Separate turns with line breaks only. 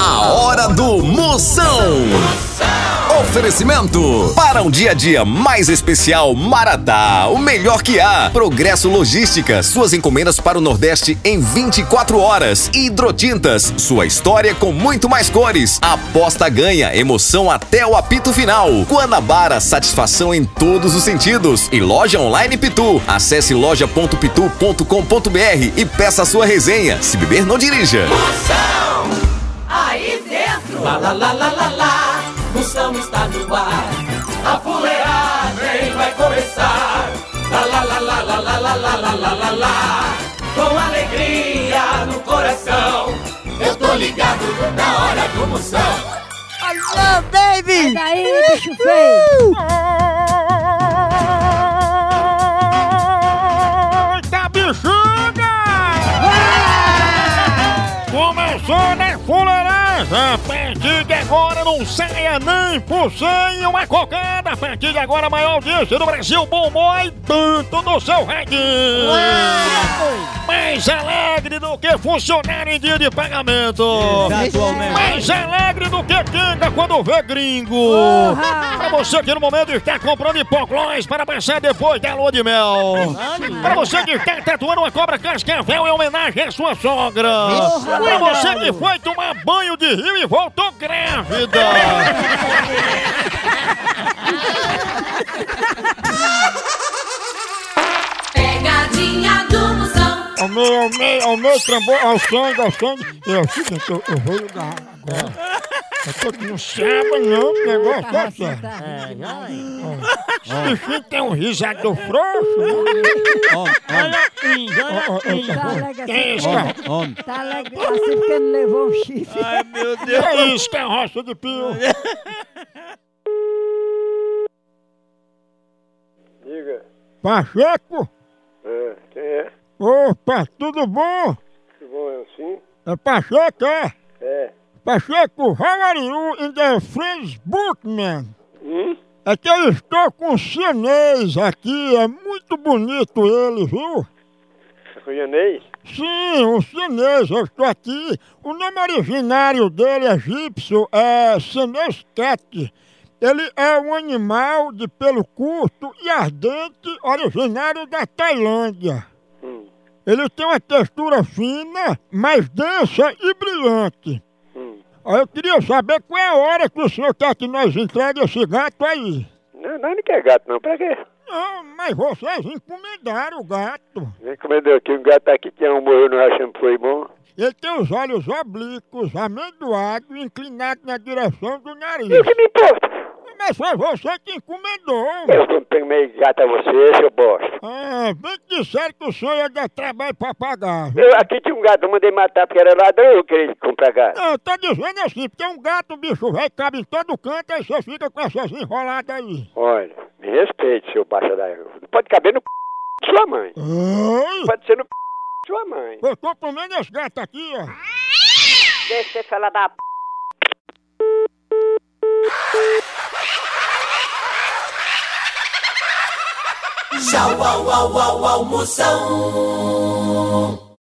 A hora do Moção. Oferecimento para um dia a dia mais especial Maratá, o melhor que há. Progresso Logística, suas encomendas para o Nordeste em 24 horas. Hidrotintas, sua história com muito mais cores. Aposta ganha, emoção até o apito final. Guanabara, satisfação em todos os sentidos. E loja online Pitu. Acesse loja.pitu.com.br e peça sua resenha. Se beber, não dirija.
Aí dentro, lá lá lá lá lá lá, Moção está no ar, a fuleagem vai começar. Lá lá lá lá lá lá lá lá lá lá lá lá, com alegria no coração, eu tô ligado na hora do Moção.
Alô, baby!
Daí, bicho feio.
Eita bexiga! Começou na fuleiragem! A partir de agora não saia nem por sem uma cocada! A partir de agora a maior audiência do Brasil bombou e tanto no seu radinho! Mais alegre do que funcionário em dia de pagamento! Mais alegre do que canta quando vê gringo! Pra você que no momento está comprando hipoglós para passar depois da lua de mel! Pra você que está tatuando uma cobra cascavel em homenagem à sua sogra! Pra você que foi tomar banho de rio e voltou grávida!
Pegadinha do Moção.
Ao meu, ao meu, ao meu tambor, ao sangue, ao sangue. Eu, seguinte, eu, eu vou ligar agora. Eu tô aqui, não sabe não, o negócio é sério. Esse bichinho tem um risado frouxo, né? Ó, ó,
Tá
ó, ó.
alegre assim,
Tem isca,
tá alegre assim porque não levou um chifre.
tem isca, roça de pio.
Diga,
Pacheco,
é, quem é?
opa, tudo bom?
Que bom é assim?
É Pacheco, é?
É.
Pacheco, how are you in the French Bookman?
Hum?
É que eu estou com um chinês aqui, é muito bonito ele, viu?
Ruianei?
Sim, um chinês, eu estou aqui. O nome originário dele, egípcio, é chinês cat. Ele é um animal de pelo curto e ardente, originário da Tailândia.
Hum,
Ele tem uma textura fina, mas densa e brilhante.
hum.
Aí Eu queria saber qual é a hora que o senhor quer que nós entregue esse gato aí.
Não, não, não quer gato não, pra quê?
Não, mas vocês encomendaram o gato.
Vem comendo aqui, um gato aqui que arrumou, eu não achando que foi bom.
Ele tem os olhos oblíquos, amendoados, inclinados na direção do
E o
nariz.
que me importa?
Mas foi você que encomendou.
Eu não tenho meio gato a você, seu bosta.
Ah, bem que disseram que o senhor ia dar trabalho pra pagar.
Eu, aqui tinha um gato, eu mandei matar porque era ladrão eu queria comprar gato.
Não, eu tô dizendo assim, porque um gato, um bicho velho, cabe em todo canto, aí você fica com essas enroladas aí.
Olha, me respeite, seu baixa da... Não pode caber no c... de sua mãe.
Ei,
Pode ser no c... de sua mãe.
eu tô comendo esse gato aqui, ó.
Deixa esse fela da p.
Tchau, au, au, au, au, Moção.